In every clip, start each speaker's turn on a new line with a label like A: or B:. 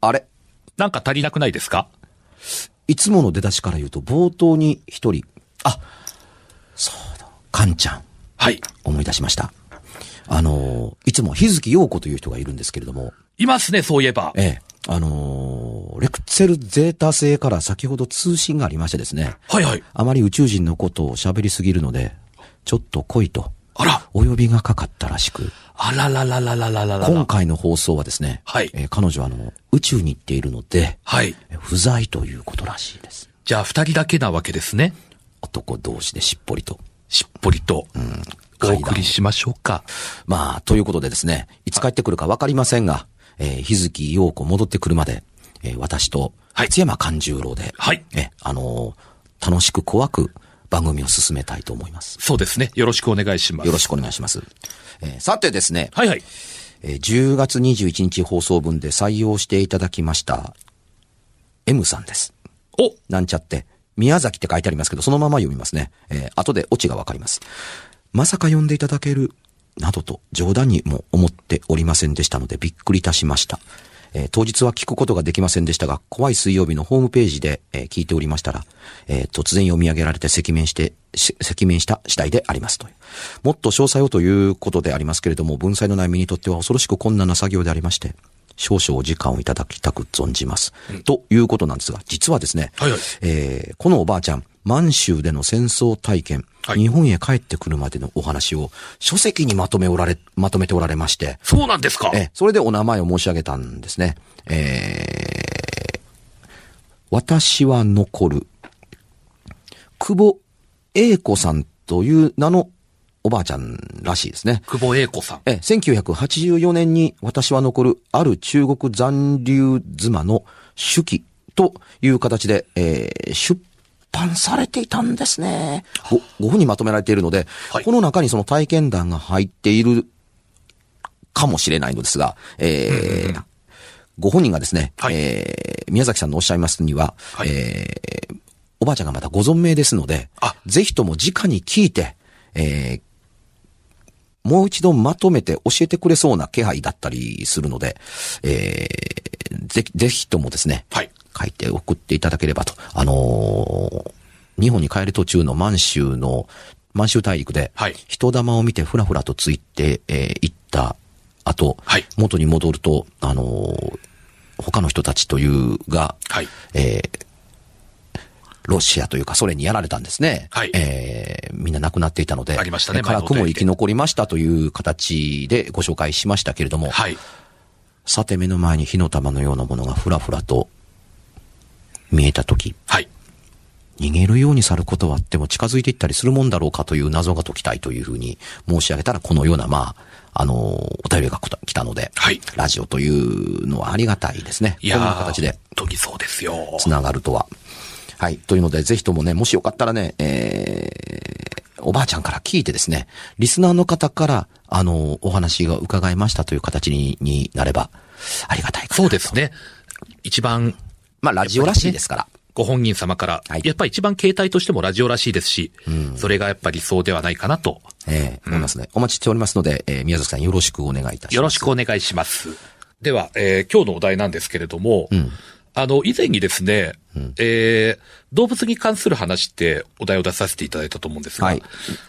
A: あれ
B: なんか足りなくないですか
A: いつもの出だしから言うと、冒頭に一人。あ、そうだ。カンちゃん。
B: はい。
A: 思い出しました。あのーいつも、日月陽子という人がいるんですけれども、
B: いますね、そういえば。
A: ええ、あのーレクセルゼータ星から先ほど通信がありましてですね、
B: はいはい。
A: あまり宇宙人のことを喋りすぎるので、ちょっと来いと、
B: あら。
A: お呼びがかかったらしく、
B: あらららららららら
A: 今
B: ら。
A: 回の放送はですね、
B: はい
A: えー彼女はあの、宇宙に行っているので、
B: はい。
A: え不在ということらしいです。
B: じゃあ、二人だけなわけですね。
A: 男同士でしっぽりと。
B: しっぽりと。お送りしましょうか。
A: まあ、ということでですね、いつ帰ってくるかわかりませんが、えー日月陽子戻ってくるまで、えー私と、
B: はい
A: 津山勘十郎で、
B: はい
A: え、あのー楽しく怖く番組を進めたいと思います。
B: そうですね。よろしくお願いします。
A: よろしくお願いします。えーさてですね、
B: はいはい。
A: えー10月21日放送分で採用していただきました、M さんです。
B: お
A: なんちゃって、宮崎って書いてありますけど、そのまま読みますね。えー後でオチがわかります。まさか読んでいただける、などと冗談にも思っておりませんでしたのでびっくりいたしました。えー当日は聞くことができませんでしたが、怖い水曜日のホームページで、えー聞いておりましたら、えー突然読み上げられて赤面して、し赤面した次第でありますという。もっと詳細をということでありますけれども、文才のない身にとっては恐ろしく困難な作業でありまして、少々お時間をいただきたく存じます。ということなんですが、実はですね、
B: はいはい
A: えーこのおばあちゃん、満州での戦争体験、
B: はい
A: 日本へ帰ってくるまでのお話を書籍にまとめおられ、まとめておられまして、
B: そうなんですか
A: えーそれでお名前を申し上げたんですね。えー私は残る、久保栄子さんという名のおばあちゃんらしいですね。
B: 久保栄子さん。
A: え、1984年に私は残るある中国残留妻の手記という形で、えー出版されていたんですね。ご、5分にまとめられているので、
B: はい
A: この中にその体験談が入っているかもしれないのですが、えーご本人がですね、
B: はい
A: えー宮崎さんのおっしゃいますには、
B: はい
A: えーおばあちゃんがまたご存命ですので
B: あ、
A: ぜひとも直に聞いて、えーもう一度まとめて教えてくれそうな気配だったりするので、えーぜひ、ぜひともですね、
B: はい。
A: 書いて送っていただければと。あのー日本に帰る途中の満州の、満州大陸で
B: はい、
A: 人玉を見てふらふらとついて、えー行った後、
B: はい
A: 元に戻ると、あのー他の人たちというが、
B: はい。
A: えーロシアというかソ連にやられたんですね。
B: はい
A: えーみんな亡くなっていたので。
B: ありましたね
A: えー辛く
B: 前
A: も
B: のお便り
A: 生
B: で
A: き残りましたという形でご紹介しましたけれども。
B: はい。
A: さて目の前に火の玉のようなものがふらふらと見えたとき、
B: はい。
A: 逃げるように去ることはあっても近づいていったりするもんだろうかという謎が解きたいというふうに申し上げたら、このような、まあ、あのー、お便りがこた来たので、
B: はい
A: ラジオというのはありがたいですね。
B: いや
A: こんな
B: ー、
A: 形で。
B: 本当にそうですよ。
A: つながるとは。はい。というので、ぜひともね、もしよかったらね、えー、おばあちゃんから聞いてですね、リスナーの方から、あの、お話が伺いましたという形にになれば、ありがたいかな
B: そうですね。一番、
A: まあ、ラジオらしいですから。
B: ご本人様から、
A: はい
B: やっぱり一番携帯としてもラジオらしいですし、それがやっぱり理想ではないかなと。
A: ええ思いますね。お待ちしておりますので、えー宮崎さんよろしくお願いいたします。
B: よろしくお願いします。では、えー今日のお題なんですけれども、あの、以前にですね、えー動物に関する話ってお題を出させていただいたと思うんですが、
A: はい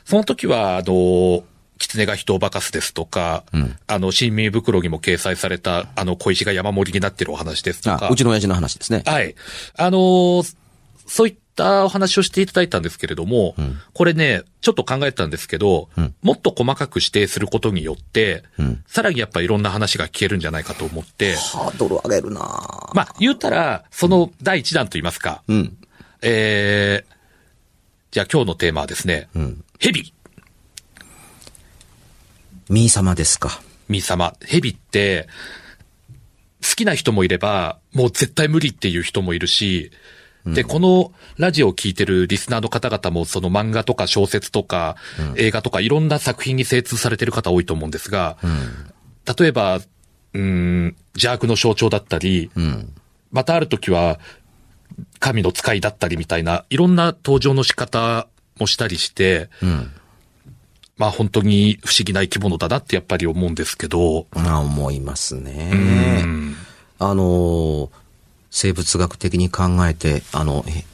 B: その時は、あの、狐が人を化かすですとか、あの、新民袋にも掲載された、あの、小石が山盛りになってるお話ですと
A: あ
B: か、
A: うちの親父の話ですね。
B: はい。あのーそういったお話をしていただいたんですけれども、これね、ちょっと考えたんですけど、もっと細かく指定することによって、さらにやっぱいろんな話が聞けるんじゃないかと思って、
A: ハードル上げるなぁ
B: まあ、言うたら、その第一弾といいますか、
A: うん。
B: えー、じゃあ今日のテーマはですね、ヘビ、
A: みー様ですか。
B: ミ様、ヘビって、好きな人もいれば、もう絶対無理っていう人もいるし、で、このラジオを聴いてるリスナーの方々も、その漫画とか小説とか、映画とかいろんな作品に精通されてる方多いと思うんですが、例えば、うーん、邪悪の象徴だったり、
A: うん。
B: またある時は、神の使いだったりみたいな、いろんな登場の仕方もしたりして、
A: うん。
B: まあ本当に不思議な生き物だなってやっぱり思うんですけど、
A: まあ、思いますね。
B: うん
A: あのー生物学的に考えて、あの、へ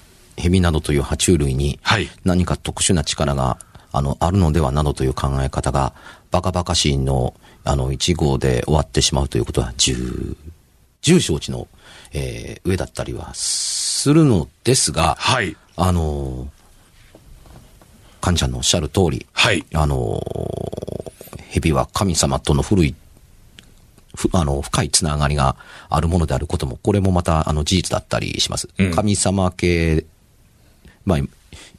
A: ヘビなどという爬虫類に
B: はい、
A: 何か特殊な力が、あの、あるのではなどという考え方が、バカバカしいの、あの、1号で終わってしまうということは、重、重承知の、えー上だったりはするのですが、
B: はい。
A: あのー、カンちゃんのおっしゃる通り、
B: はい。
A: あのー、蛇は神様との古い、ふあの、深いつながりがあるものであることも、これもまた、あの、事実だったりします。
B: うん
A: 神様系、まあ、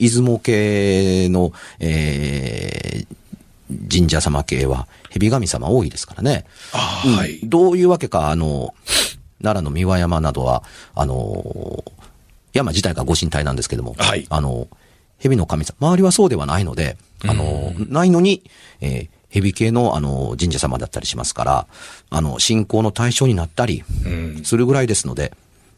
A: 出雲系の、えー神社様系は、蛇神様多いですからね。
B: あ
A: うん
B: ーはい。
A: どういうわけか、あの、奈良の三輪山などは、あの、山自体がご神体なんですけども、
B: はい
A: あの、蛇の神様、周りはそうではないので、あの、ないのに、えー蛇系の、あの、神社様だったりしますから、あの、信仰の対象になったり
B: うん、
A: するぐらいですので、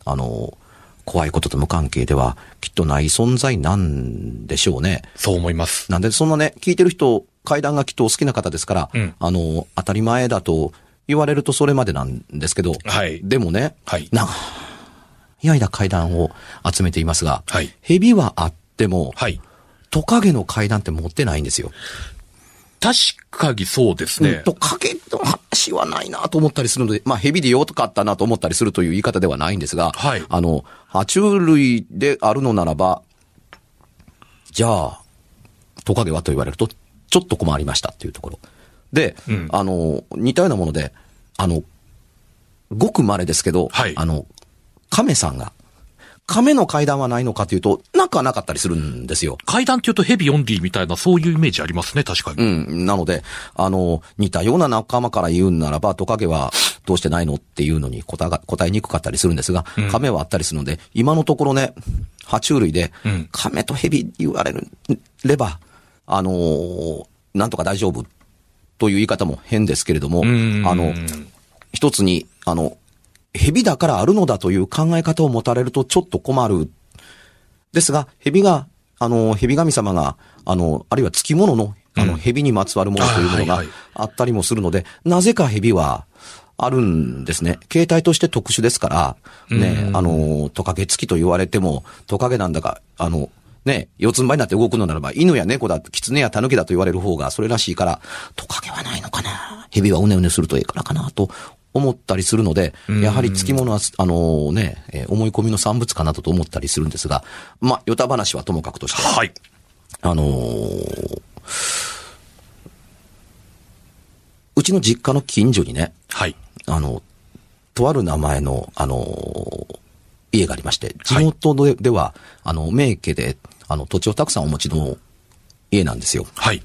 A: あの、怖いことと無関係では、きっとない存在なんでしょうね。
B: そう思います。
A: なんで、そんなね、聞いてる人、階段がきっとお好きな方ですから、
B: うん
A: あの、当たり前だと言われるとそれまでなんですけど、
B: はい
A: でもね、
B: はい
A: 長い間階段を集めていますが、
B: はい
A: 蛇はあっても、
B: はい。
A: トカゲの階段って持ってないんですよ。
B: 確かにそうです
A: うん
B: ね。
A: トカゲの話はないなと思ったりするので、まあ、ヘビでよかったなと思ったりするという言い方ではないんですが、
B: はい
A: あの、爬虫類であるのならば、じゃあ、トカゲはと言われると、ちょっと困りましたっていうところ。で、
B: うん
A: あの、似たようなもので、あの、ごく稀ですけど、
B: はい
A: あの、亀さんが、亀の階段はないのかというと、なんかなかったりするんですよ。
B: 階段って言うとヘビオンリーみたいな、そういうイメージありますね、確かに。
A: うん。なので、あの、似たような仲間から言うんならば、トカゲはどうしてないのっていうのに答えが答えにくかったりするんですが、カメはあったりするので、今のところね、爬虫類で
B: ん、
A: カメとヘビ言われるれば、あのーなんとか大丈夫という言い方も変ですけれども、あ
B: うん
A: の、一つに、あの、蛇だからあるのだという考え方を持たれるとちょっと困る。ですが、蛇が、あの、蛇神様が、あの、あるいは付き物の、あの、蛇にまつわるものというもの
B: あは
A: が
B: いはい
A: あったりもするので、なぜか蛇は、あるんですね。形態として特殊ですから、ね、あの、トカゲ付きと言われても、トカゲなんだか、あの、ね、四つん這いになって動くのならば、犬や猫だ、狐や狸だと言われる方がそれらしいから、トカゲはないのかな蛇はうねうねするとええからかなと思ったりするので、やはり付き物は、あのね、えー思い込みの産物かなどと思ったりするんですが、まあ、与太話はともかくとして、
B: はい。
A: あのーうちの実家の近所にね、
B: はい。
A: あの、とある名前の、あのー家がありまして、地元で,、では、あの、名家で、あの、土地をたくさんお持ちの家なんですよ。
B: はい。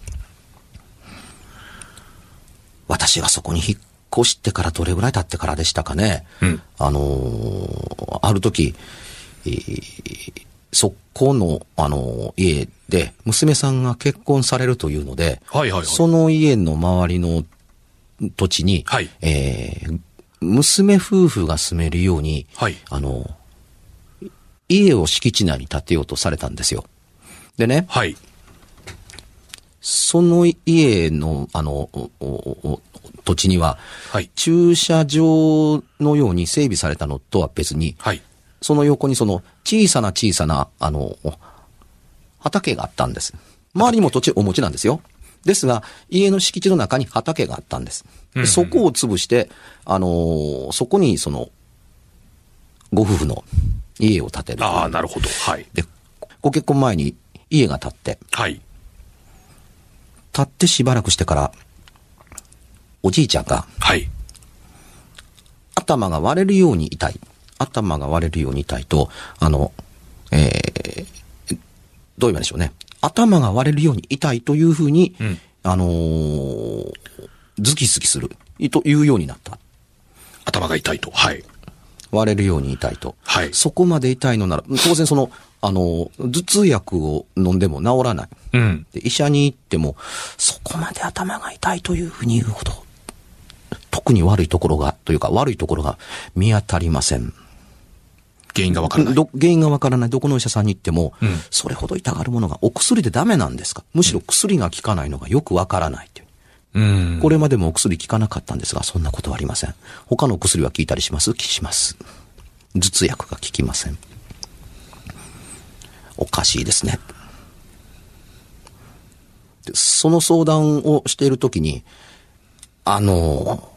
A: 私がそこに引っ越してからどれぐらい経ってからでしたかね。
B: うん
A: あのーある時、えーそこの、あのー家で、娘さんが結婚されるというので、
B: はいはいはい
A: その家の周りの土地に、
B: はい
A: えー娘夫婦が住めるように、
B: はい
A: あのー家を敷地内に建てようとされたんですよ。でね、
B: はい。
A: その家の、あの、おおお土地には、
B: はい。
A: 駐車場のように整備されたのとは別に、
B: はい。
A: その横にその小さな小さな、あの、畑があったんです。周りにも土地お持ちなんですよ。ですが、家の敷地の中に畑があったんです。でそこを潰して、あのーそこにその、ご夫婦の家を建てるという。
B: ああ、なるほど。はい。
A: で、ご結婚前に家が建って、
B: はい。
A: 経ってしばらくしてから、おじいちゃんが
B: はい。
A: 頭が割れるように痛い。頭が割れるように痛いと、あの、えーどう言えばいいんでしょうね。頭が割れるように痛いというふうに、
B: ん
A: あのーズキズキする。というようになった。
B: 頭が痛いと。はい。
A: 割れるように痛いと。
B: はい
A: そこまで痛いのなら、当然その、あの、頭痛薬を飲んでも治らない。
B: うん。
A: で医者に行っても、そこまで頭が痛いというふうに言うほど、特に悪いところが、というか悪いところが見当たりません。
B: 原因がわからない。
A: ど原因がわからない。どこのお医者さんに行っても、
B: うん
A: それほど痛がるものがお薬でダメなんですかむしろ薬が効かないのがよくわからないという。
B: うん。
A: これまでもお薬効かなかったんですが、そんなことはありません。他のお薬は効いたりします効きます。頭痛薬が効きません。おかしいですね。でその相談をしているときに、あの、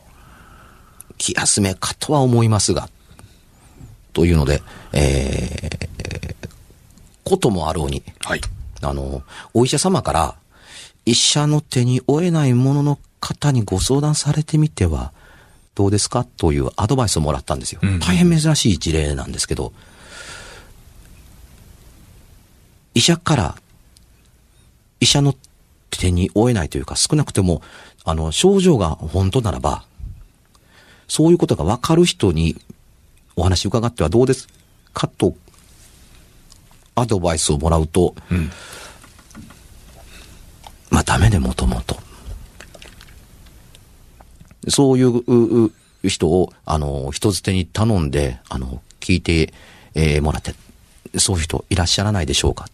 A: 気休めかとは思いますが、というので、えーこともあろうに、
B: はい。
A: あの、お医者様から、医者の手に負えないものの方にご相談されてみては、どうですかというアドバイスをもらったんですよ。
B: うん
A: 大変珍しい事例なんですけど、医者から、医者の手に負えないというか、少なくても、あの、症状が本当ならば、そういうことがわかる人にお話伺ってはどうですかと、アドバイスをもらうと、
B: うん。
A: まあダメでもともと。そういううう人を、あの、人づてに頼んで、あの、聞いて、えーもらって、そういう人いらっしゃらないでしょうか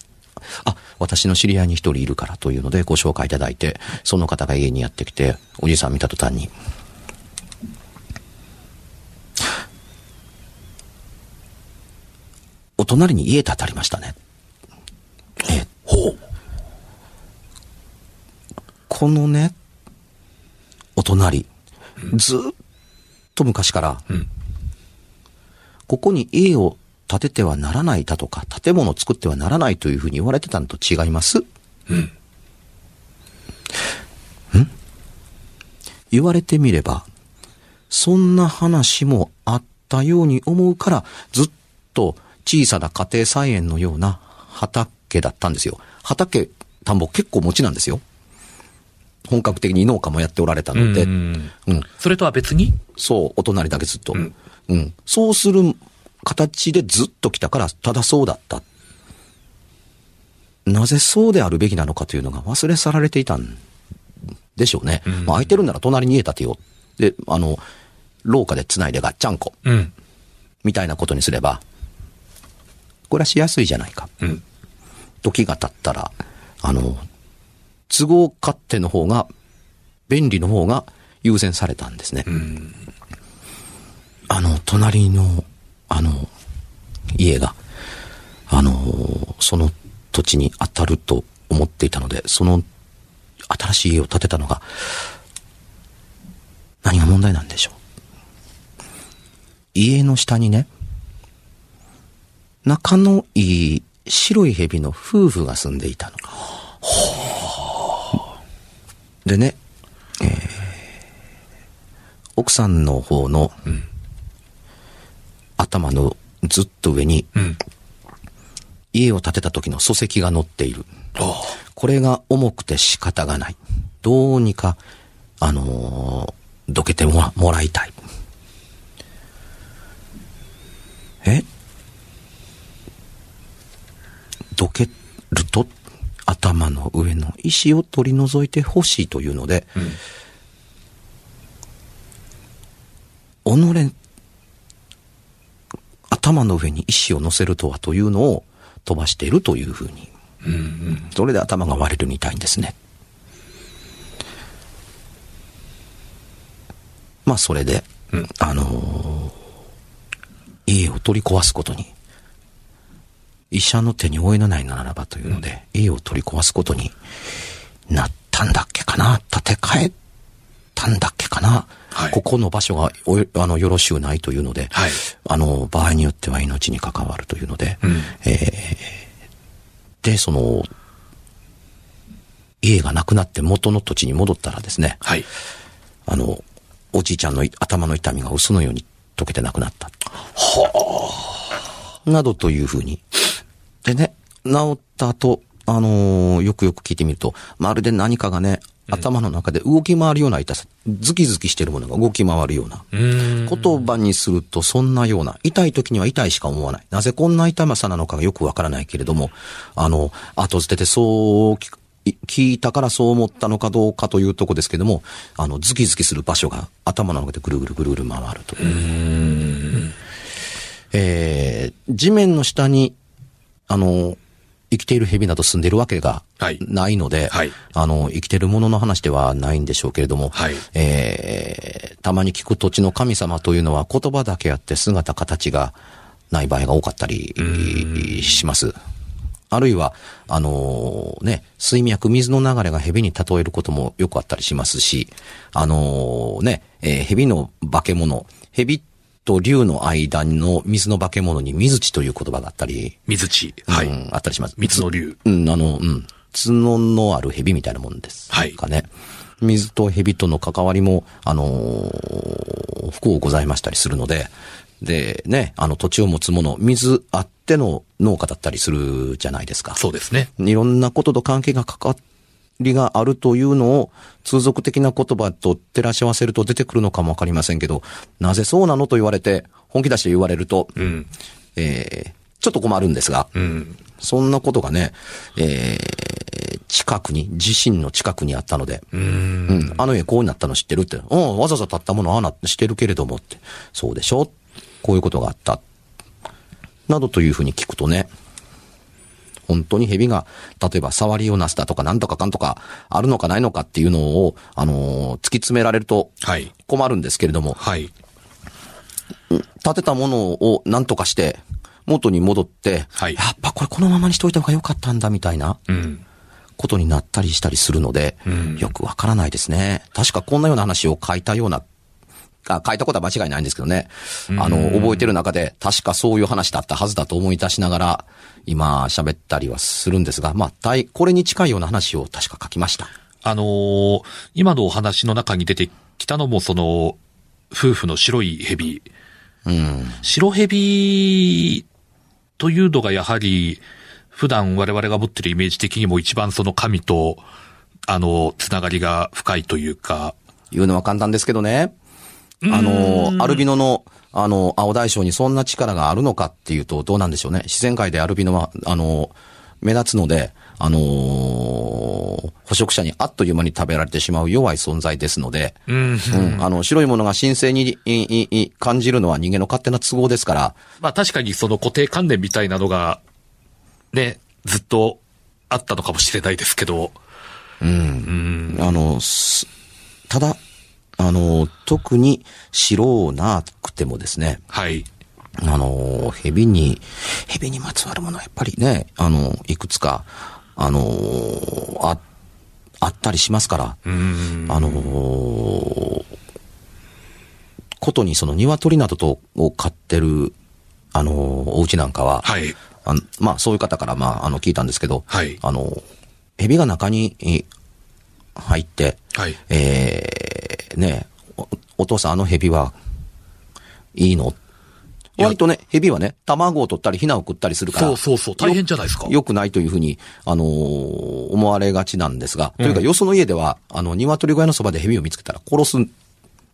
A: あ、私の知り合いに一人いるからというのでご紹介いただいて、その方が家にやってきて、おじさん見た途端に、お隣に家建たりましたね。え、ほう。このね、お隣、ずーっと昔から、
B: ん
A: ここに家を建ててはならないだとか、建物を作ってはならないというふうに言われてたのと違いますうん。言われてみれば、そんな話もあったように思うから、ずっと小さな家庭菜園のような畑だったんですよ。畑、田んぼ結構持ちなんですよ。本格的に農家もやっておられたので、
B: うん
A: うん、
B: それとは別に
A: そう、お隣だけずっと。うん。そうする形でずっと来たから、ただそうだった。なぜそうであるべきなのかというのが忘れ去られていたんでしょうね。まあ空いてるなら隣に家建てよう。で、あの、廊下で繋いでガッチャンコ、
B: うん。
A: みたいなことにすれば、これはしやすいじゃないか。
B: うん。
A: 時が経ったら、あの、都合勝手の方が、便利の方が優先されたんですね。あの、隣の、あの、家が、あの、その土地に当たると思っていたので、その新しい家を建てたのが、何が問題なんでしょう。家の下にね、仲のいい白い蛇の夫婦が住んでいたの。でね、えー奥さんの方の、頭のずっと上に、
B: うん。
A: 家を建てた時の礎石が載っている。
B: あ
A: これが重くて仕方がない。どうにか、あのーどけてもらもらいたい。えどけると頭の上の石を取り除いてほしいというので、己、頭の上に石を乗せるとはというのを飛ばしているというふうにそれで頭が割れるみたいですね。まあ、それで、あのー家を取り壊すことに、医者の手に負えのないならばというので、家を取り壊すことになったんだっけかな建て替えたんだっけかな、
B: はい
A: ここの場所がおあのよろしゅうないというので、
B: はい
A: あの、場合によっては命に関わるというので、えーで、その、家がなくなって元の土地に戻ったらですね、
B: あ。はい。
A: あの、おじいちゃんのい頭の痛みが嘘のように溶けてなくなった。などというふうに。でね、治った後、あのーよくよく聞いてみると、まるで何かがね、頭の中で動き回るような痛さ、ズキズキしてるものが動き回るような。
B: うん。
A: 言葉にするとそんなような、痛い時には痛いしか思わない。なぜこんな痛さなのかがよくわからないけれども、あの、後付けでそう聞い聞いたからそう思ったのかどうかというとこですけども、あの、ズキズキする場所が頭の中でぐるぐるぐるぐる回るという。えー、地面の下に、あの、生きている蛇など住んでるわけが
B: はい
A: ないので、
B: はい
A: あの、生きてるものの話ではないんでしょうけれども、
B: はい
A: えーたまに聞く土地の神様というのは言葉だけあって姿形がない場合が多かったりします。あるいは、あのーね、水脈、水の流れが蛇に例えることもよくあったりしますし、あのーね、えー蛇の化け物、蛇と竜の間の水の化け物に水地という言葉があったり、
B: 水地。はい。
A: うんあったりします。
B: 水の竜。
A: うん、あの、うん。角のある蛇みたいなもんです。
B: はい
A: かね。水と蛇との関わりも、あのー不幸ございましたりするので、で、ね、あの土地を持つもの、水あっての農家だったりするじゃないですか。
B: そうですね。
A: いろんなことと関係がかかりがあるというのを通俗的な言葉と照らし合わせると出てくるのかもわかりませんけど、なぜそうなのと言われて、本気出して言われると、
B: うん。
A: えーちょっと困るんですが、
B: うん。
A: そんなことがね、えー近くに、自身の近くにあったので、
B: うん。
A: うん、あの家こうなったの知ってるって、うん、わざわざ立ったものああなしてるけれどもって、そうでしょこういうことがあった。などというふうに聞くとね、本当に蛇が、例えば触りをなすだとか、なんとかかんとか、あるのかないのかっていうのを、あのー突き詰められると
B: はい。
A: 困るんですけれども、
B: はい。
A: 建てたものを何とかして、元に戻って、
B: はい
A: やっぱこれこのままにしといた方が良かったんだみたいな
B: うん。
A: ことになったりしたりするので、
B: うん
A: よくわからないですね。確かこんなような話を書いたような、あ書いたことは間違いないんですけどね。あの、覚えてる中で、確かそういう話だったはずだと思い出しながら、今喋ったりはするんですが、まあ、大これに近いような話を確か書きました。
B: あのー今のお話の中に出てきたのも、その、夫婦の白い蛇。
A: うん。
B: 白蛇というのがやはり、普段我々が持ってるイメージ的にも一番その神と、あの、つながりが深いというか、
A: 言うのは簡単ですけどね。あの、アルビノの、あの、青大将にそんな力があるのかっていうと、どうなんでしょうね。自然界でアルビノは、あの、目立つので、あのー捕食者にあっという間に食べられてしまう弱い存在ですので、
B: うん。
A: うん、あの、白いものが神聖にいいい感じるのは人間の勝手な都合ですから、
B: まあ確かにその固定観念みたいなのが、ね、ずっとあったのかもしれないですけど、
A: あの、すただ、あの、特に白なくてもですね、
B: はい。
A: あの、蛇に、蛇にまつわるものはやっぱりね、あの、いくつか、あの、あ、あったりしますから、
B: うん。
A: あの、ことにその鶏などとを飼ってる、あの、お家なんかは、
B: はい。
A: あのまあ、そういう方から、まあ、あの、聞いたんですけど、
B: はい
A: あの、蛇が中にえ入って、
B: はい。
A: えー、ねえお、お父さんあの蛇は、いいの
B: いや
A: 割とね、蛇はね、卵を取ったり、ヒナを食ったりするから。
B: そうそうそう大変じゃないですか
A: よよくないというふうに、あのー思われがちなんですが、というか、よその家では、あの、鶏小屋のそばで蛇を見つけたら殺すん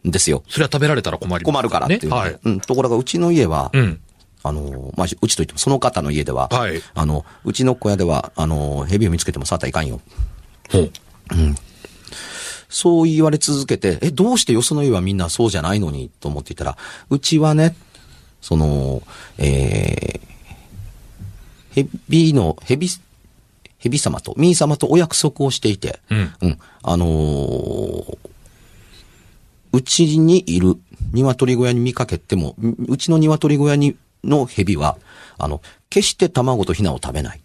A: ですよ。
B: それは食べられたら困ります、
A: 困るからっていう。
B: ね。はい。
A: うん、ところが、うちの家は、
B: うん。
A: あの、まあ、うちといっても、その方の家では、
B: はい
A: あの、うちの小屋では、あの、蛇を見つけても触ったらいかんよ。
B: ほう。
A: そう言われ続けて、え、どうしてよその家はみんなそうじゃないのにと思っていたら、うちはね、その、えー、蛇の、蛇、蛇様と、ミー様とお約束をしていて、
B: うん
A: あのーうちにいる鶏小屋に見かけても、んうちの鶏小屋にの蛇は、あの、決して卵とヒナを食べない。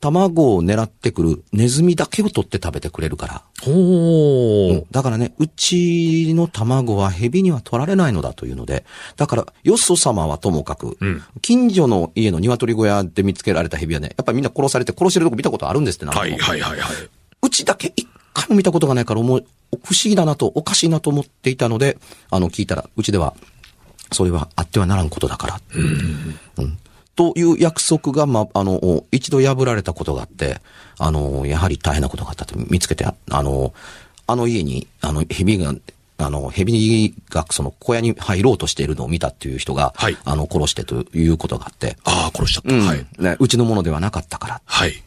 A: 卵を狙ってくるネズミだけを取って食べてくれるから。
B: ほう。
A: うんだからね、うちの卵は蛇には取られないのだというので、だから、よそ様はともかく、
B: うん
A: 近所の家の鶏小屋で見つけられた蛇はね、やっぱりみんな殺されて殺してるとこ見たことあるんですってな、
B: はいはいはいはいう
A: ちだけ一回も見たことがないから、もう、不思議だなと、おかしいなと思っていたので、あの、聞いたら、うちでは、それはあってはならんことだから、うんという約束が、ま、あの、一度破られたことがあって、あの、やはり大変なことがあったと見つけて、ああの、あの家に、あの、蛇が、あの、蛇が、その、小屋に入ろうとしているのを見たっていう人が、
B: はい
A: あの、殺してということがあって、
B: ああ、殺しちゃった。
A: うん
B: はい。
A: ね、うちのものではなかったから、
B: はい。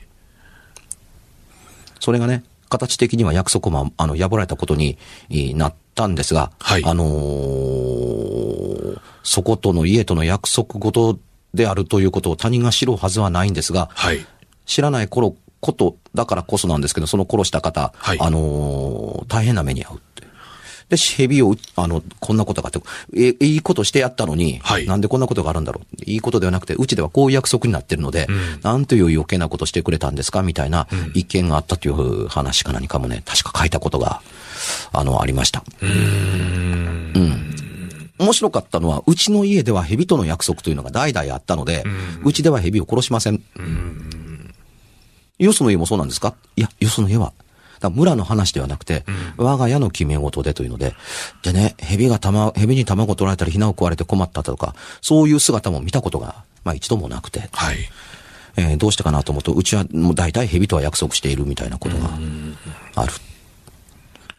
A: それがね、形的には約束も、あの、破られたことにえーなったんですが、
B: はい
A: あのーそことの家との約束事であるということを他人が知るはずはないんですが、
B: はい。
A: 知らない頃、ことだからこそなんですけど、その殺した方、
B: はい
A: あのー大変な目に遭うって。で、蛇を撃っ、あの、こんなことがあって、え、いいことしてやったのに、
B: はい
A: なんでこんなことがあるんだろう。いいことではなくて、うちではこういう約束になってるので、
B: うん
A: なんという余計なことしてくれたんですかみたいな意見があったという話か何かもね、確か書いたことが、あの、ありました。面白かったのは、うちの家では蛇との約束というのが代々あったので、うちでは蛇を殺しません。よその家もそうなんですかいや、よその家は。だから村の話ではなくて、我が家の決め事でというので、でね、蛇が卵、蛇に卵取られたり、ひなを食われて困ったとか、そういう姿も見たことが、まあ一度もなくて、
B: はい。
A: えーどうしたかなと思うと、うちはもう大体蛇とは約束しているみたいなことがある。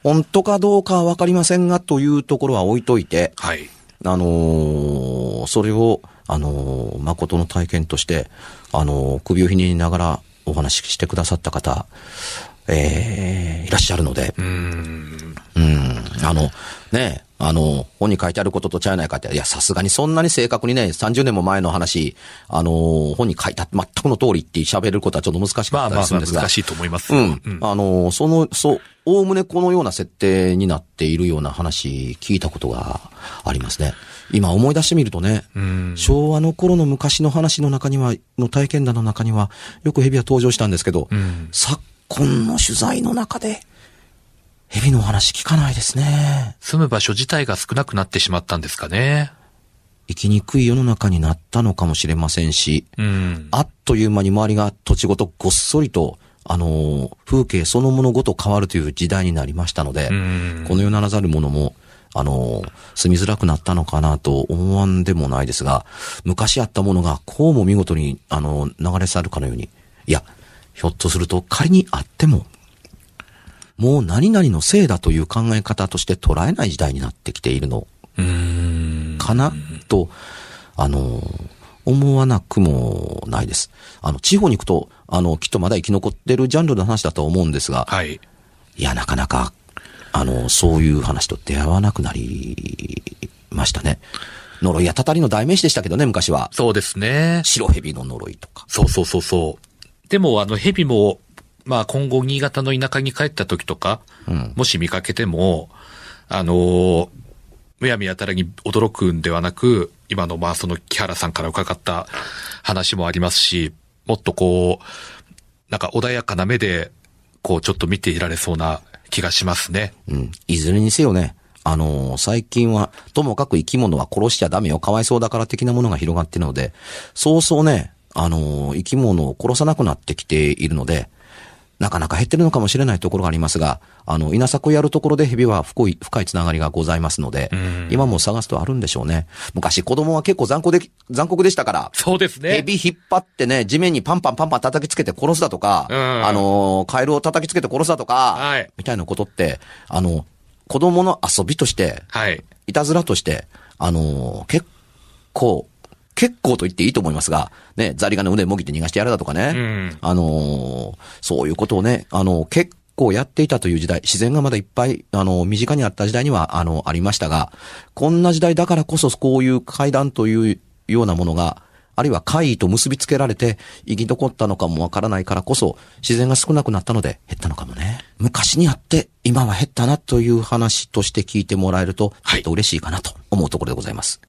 A: 本当かどうかはわかりませんが、というところは置いといて、
B: はい。
A: あのーそれを、あのー誠の体験として、あのー首をひねりながらお話ししてくださった方、えーいらっしゃるので、
B: うん。
A: うん、あの、ねえ、あの、本に書いてあることとちゃうやないかって、いや、さすがにそんなに正確にね、30年も前の話、あの、本に書いた全くの通りって喋ることはちょっと難し
B: ま
A: か
B: あ
A: った
B: ま
A: り
B: あ
A: す
B: ま
A: る
B: あ
A: んですが、
B: 難しいと思います。
A: うん
B: うん。
A: あの、その、そう、おおむねこのような設定になっているような話、聞いたことがありますね。今思い出してみるとね、
B: うん
A: 昭和の頃の昔の話の中には、の体験談の中には、よく蛇は登場したんですけど、
B: うん
A: 昨今の取材の中で、蛇のお話聞かないですね。
B: 住む場所自体が少なくなってしまったんですかね。
A: 生きにくい世の中になったのかもしれませんし、
B: うん。
A: あっという間に周りが土地ごとごっそりと、あのー風景そのものごと変わるという時代になりましたので、
B: うん
A: この世ならざるものも、あのー住みづらくなったのかなと思わんでもないですが、昔あったものがこうも見事に、あのー流れ去るかのように、いや、ひょっとすると仮にあっても、もう何々のせいだという考え方として捉えない時代になってきているの
B: うん。
A: かなと、あの、思わなくもないです。あの、地方に行くと、あの、きっとまだ生き残ってるジャンルの話だとは思うんですが、
B: はい。
A: いや、なかなか、あの、そういう話と出会わなくなりましたね。呪いやたたりの代名詞でしたけどね、昔は。
B: そうですね。
A: 白蛇の呪いとか。
B: そうそうそうそう。でも、あの、蛇も、まあ今後、新潟の田舎に帰った時とか、
A: うん。
B: もし見かけても、あのーむやみやたらに驚くんではなく、今のまあその木原さんから伺った話もありますし、もっとこう、なんか穏やかな目で、こうちょっと見ていられそうな気がしますね。
A: うん。いずれにせよね、あの最近は、ともかく生き物は殺しちゃダメよ、かわいそうだから的なものが広がっているので、そうそうね、あの生き物を殺さなくなってきているので、なかなか減ってるのかもしれないところがありますが、あの、稲作をやるところで蛇は深い、深いつながりがございますので、今も探すとあるんでしょうね。昔子供は結構残酷で、残酷でしたから、
B: そうですね。
A: 蛇引っ張ってね、地面にパンパンパンパン叩きつけて殺すだとか、
B: うん
A: あのー、カエルを叩きつけて殺すだとか、
B: はい
A: みたいなことって、あの、子供の遊びとして、
B: はい。
A: いたずらとして、あのー、結構、結構と言っていいと思いますが、ね、ザリガニの腕もぎって逃がしてやるだとかね、
B: うん
A: あのー、そういうことをね、あのー、結構やっていたという時代、自然がまだいっぱい、あのー、身近にあった時代には、あのー、ありましたが、こんな時代だからこそ、こういう階段というようなものが、あるいは怪異と結びつけられて、生き残ったのかもわからないからこそ、自然が少なくなったので、減ったのかもね。昔にあって、今は減ったなという話として聞いてもらえると、
B: は
A: ちょ
B: い
A: っと嬉しいかなと思うところでございます。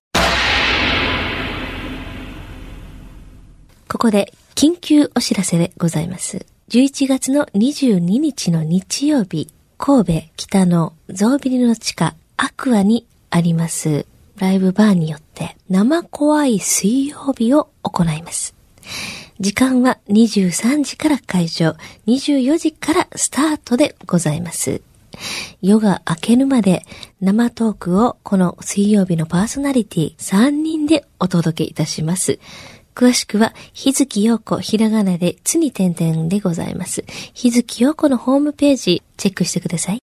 C: ここで緊急お知らせでございます。11月の22日の日曜日、神戸北のゾービリの地下アクアにありますライブバーによって生怖い水曜日を行います。時間は23時から会場、24時からスタートでございます。夜が明けるまで生トークをこの水曜日のパーソナリティ3人でお届けいたします。詳しくは、日月陽子ひらがなでつに点々でございます。日月陽子のホームページチェックしてください。